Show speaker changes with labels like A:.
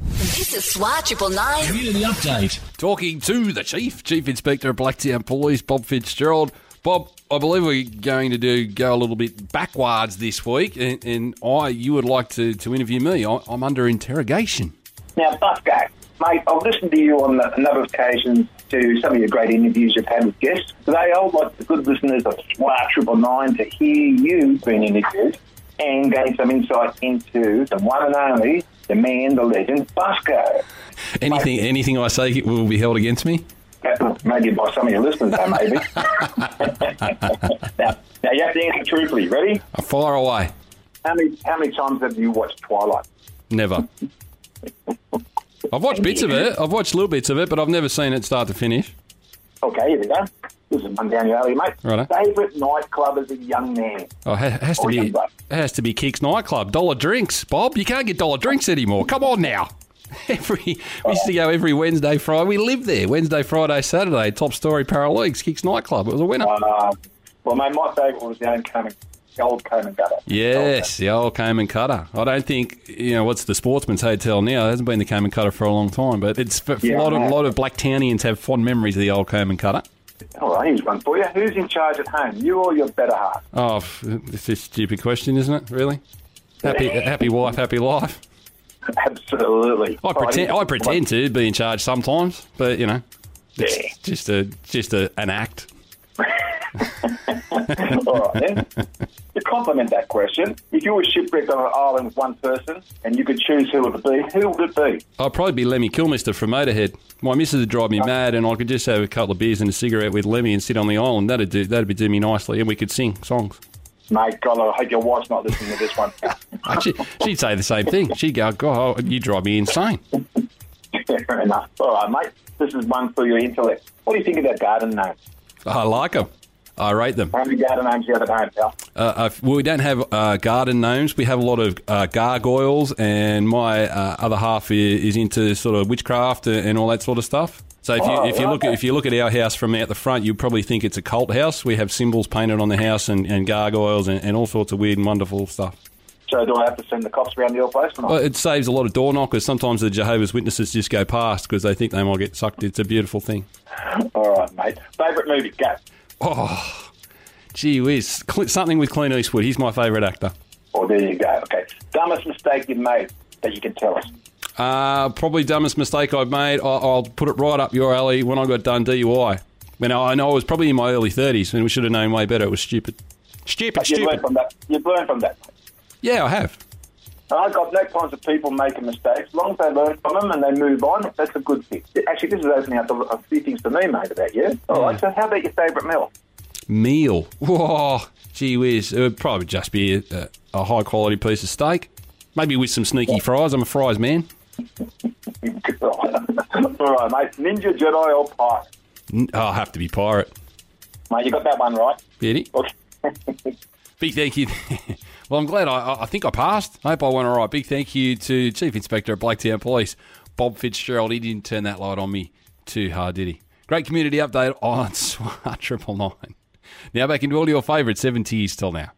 A: This is SWAT Triple Nine.
B: Community update.
C: Talking to the Chief, Chief Inspector of Blacktown Police, Bob Fitzgerald. Bob, I believe we're going to do go a little bit backwards this week, and, and I you would like to, to interview me. I, I'm under interrogation.
D: Now, Bucko, mate, I've listened to you on a number of occasions to some of your great interviews you've had with guests. Today, I would like the good listeners of SWAT Triple Nine to hear you being interviewed and gain some insight into the one and only, the man, the legend, Busco.
C: Anything anything I say will be held against me.
D: Maybe by some of your listeners, though, maybe. now, now, you have to answer truthfully. Ready?
C: I fire away.
D: How many, how many times have you watched Twilight?
C: Never. I've watched bits of it. I've watched little bits of it, but I've never seen it start to finish.
D: Okay, here we go. This is one down your alley, mate.
C: Righto.
D: Favourite nightclub as a young man?
C: Oh, it ha- has to
D: Oh,
C: be
D: yeah,
C: it
D: right.
C: has to be Kicks nightclub. Dollar drinks, Bob. You can't get dollar drinks anymore. Come on now. Every we used to go every Wednesday, Friday. We lived there Wednesday, Friday, Saturday. Top story Paraleagues Kicks nightclub. It was a winner.
D: Uh, well, mate, my favourite was the old Conan, the old Conan gutter.
C: Yes, the old Cayman Cutter. I don't think you know what's the Sportsman's Hotel now. It hasn't been the Cayman Cutter for a long time, but it's for, for
D: Yeah,
C: a lot of,
D: I know.
C: lot of Blacktownians have fond memories of the old Cayman Cutter.
D: All right, here's one for you. Who's in charge at home, you or your better half?
C: Oh, f- it's a stupid question, isn't it? Really? Happy, happy wife, happy life.
D: Absolutely.
C: I
D: All right,
C: pretend,
D: here's-
C: I pretend to be in charge sometimes, but you know, it's
D: Yeah.
C: just a just a, an act.
D: All right, then. To complement that question, if you were shipwrecked on an island with one person and you could choose who it would be, who would it be?
C: I'll probably be Lemmy Kilmister from Motorhead. My missus would drive me mad, and I could just have a couple of beers and a cigarette with Lemmy and sit on the island. That'd do that'd be do me nicely, and we could sing songs.
D: Mate, God, I hope your wife's not listening to this one.
C: Oh, she, she'd say the same thing. She'd go, God, oh, you drive me insane.
D: Fair enough. All right, mate. This is one for your intellect. What do you think of that garden name?
C: I like them. I rate them.
D: How many garden names do you have at home, pal?
C: Uh, uh, well, we don't have uh, garden gnomes. We have a lot of uh, gargoyles, and my uh, other half i- is into sort of witchcraft and, and all that sort of stuff. So if you
D: Oh,
C: if you look at,
D: okay.
C: if you look at our house from out the front, you probably think it's a cult house. We have symbols painted on the house and, and gargoyles and, and all sorts of weird and wonderful stuff.
D: So do I have to send the cops around your place tonight?
C: Well, it saves a lot of door knockers. Sometimes the Jehovah's Witnesses just go past because they think they might get sucked. It's a beautiful thing.
D: All right, mate. Favourite movie? Go.
C: Gee whiz. Cl- something with Clint Eastwood. He's my favourite actor.
D: Oh, there you go. Okay. Dumbest mistake you made that you can tell us.
C: Uh, probably dumbest mistake I've made. I'll, I'll put it right up your alley when I got done DUI. When I, I know I was probably in my early 30s and we should have known way better. It was stupid. Stupid,
D: But you've learned
C: stupid.
D: from that. You've learned from that.
C: Yeah, I have.
D: And I've got no kinds of people making mistakes. As long as they learn from them and they move on, that's a good thing. Actually, this is opening up a, a few things for me, mate, about you. All right. So how about your favourite meal?
C: Meal. Whoa, gee whiz. It would probably just be a, a, a high quality piece of steak. Maybe with some sneaky fries. I'm a fries man.
D: All right, mate. Ninja, Jedi, or Pirate?
C: N- oh, I have to be pirate.
D: Mate, you got that one right.
C: Beauty.
D: Okay.
C: Big thank you. well, I'm glad I- I, I think I passed. I hope I went all right. Big thank you to Chief Inspector of Blacktown Police, Bob Fitzgerald. He didn't turn that light on me too hard, did he? Great community update on SWAT Triple Nine. Now back into all your favourite 70s till now.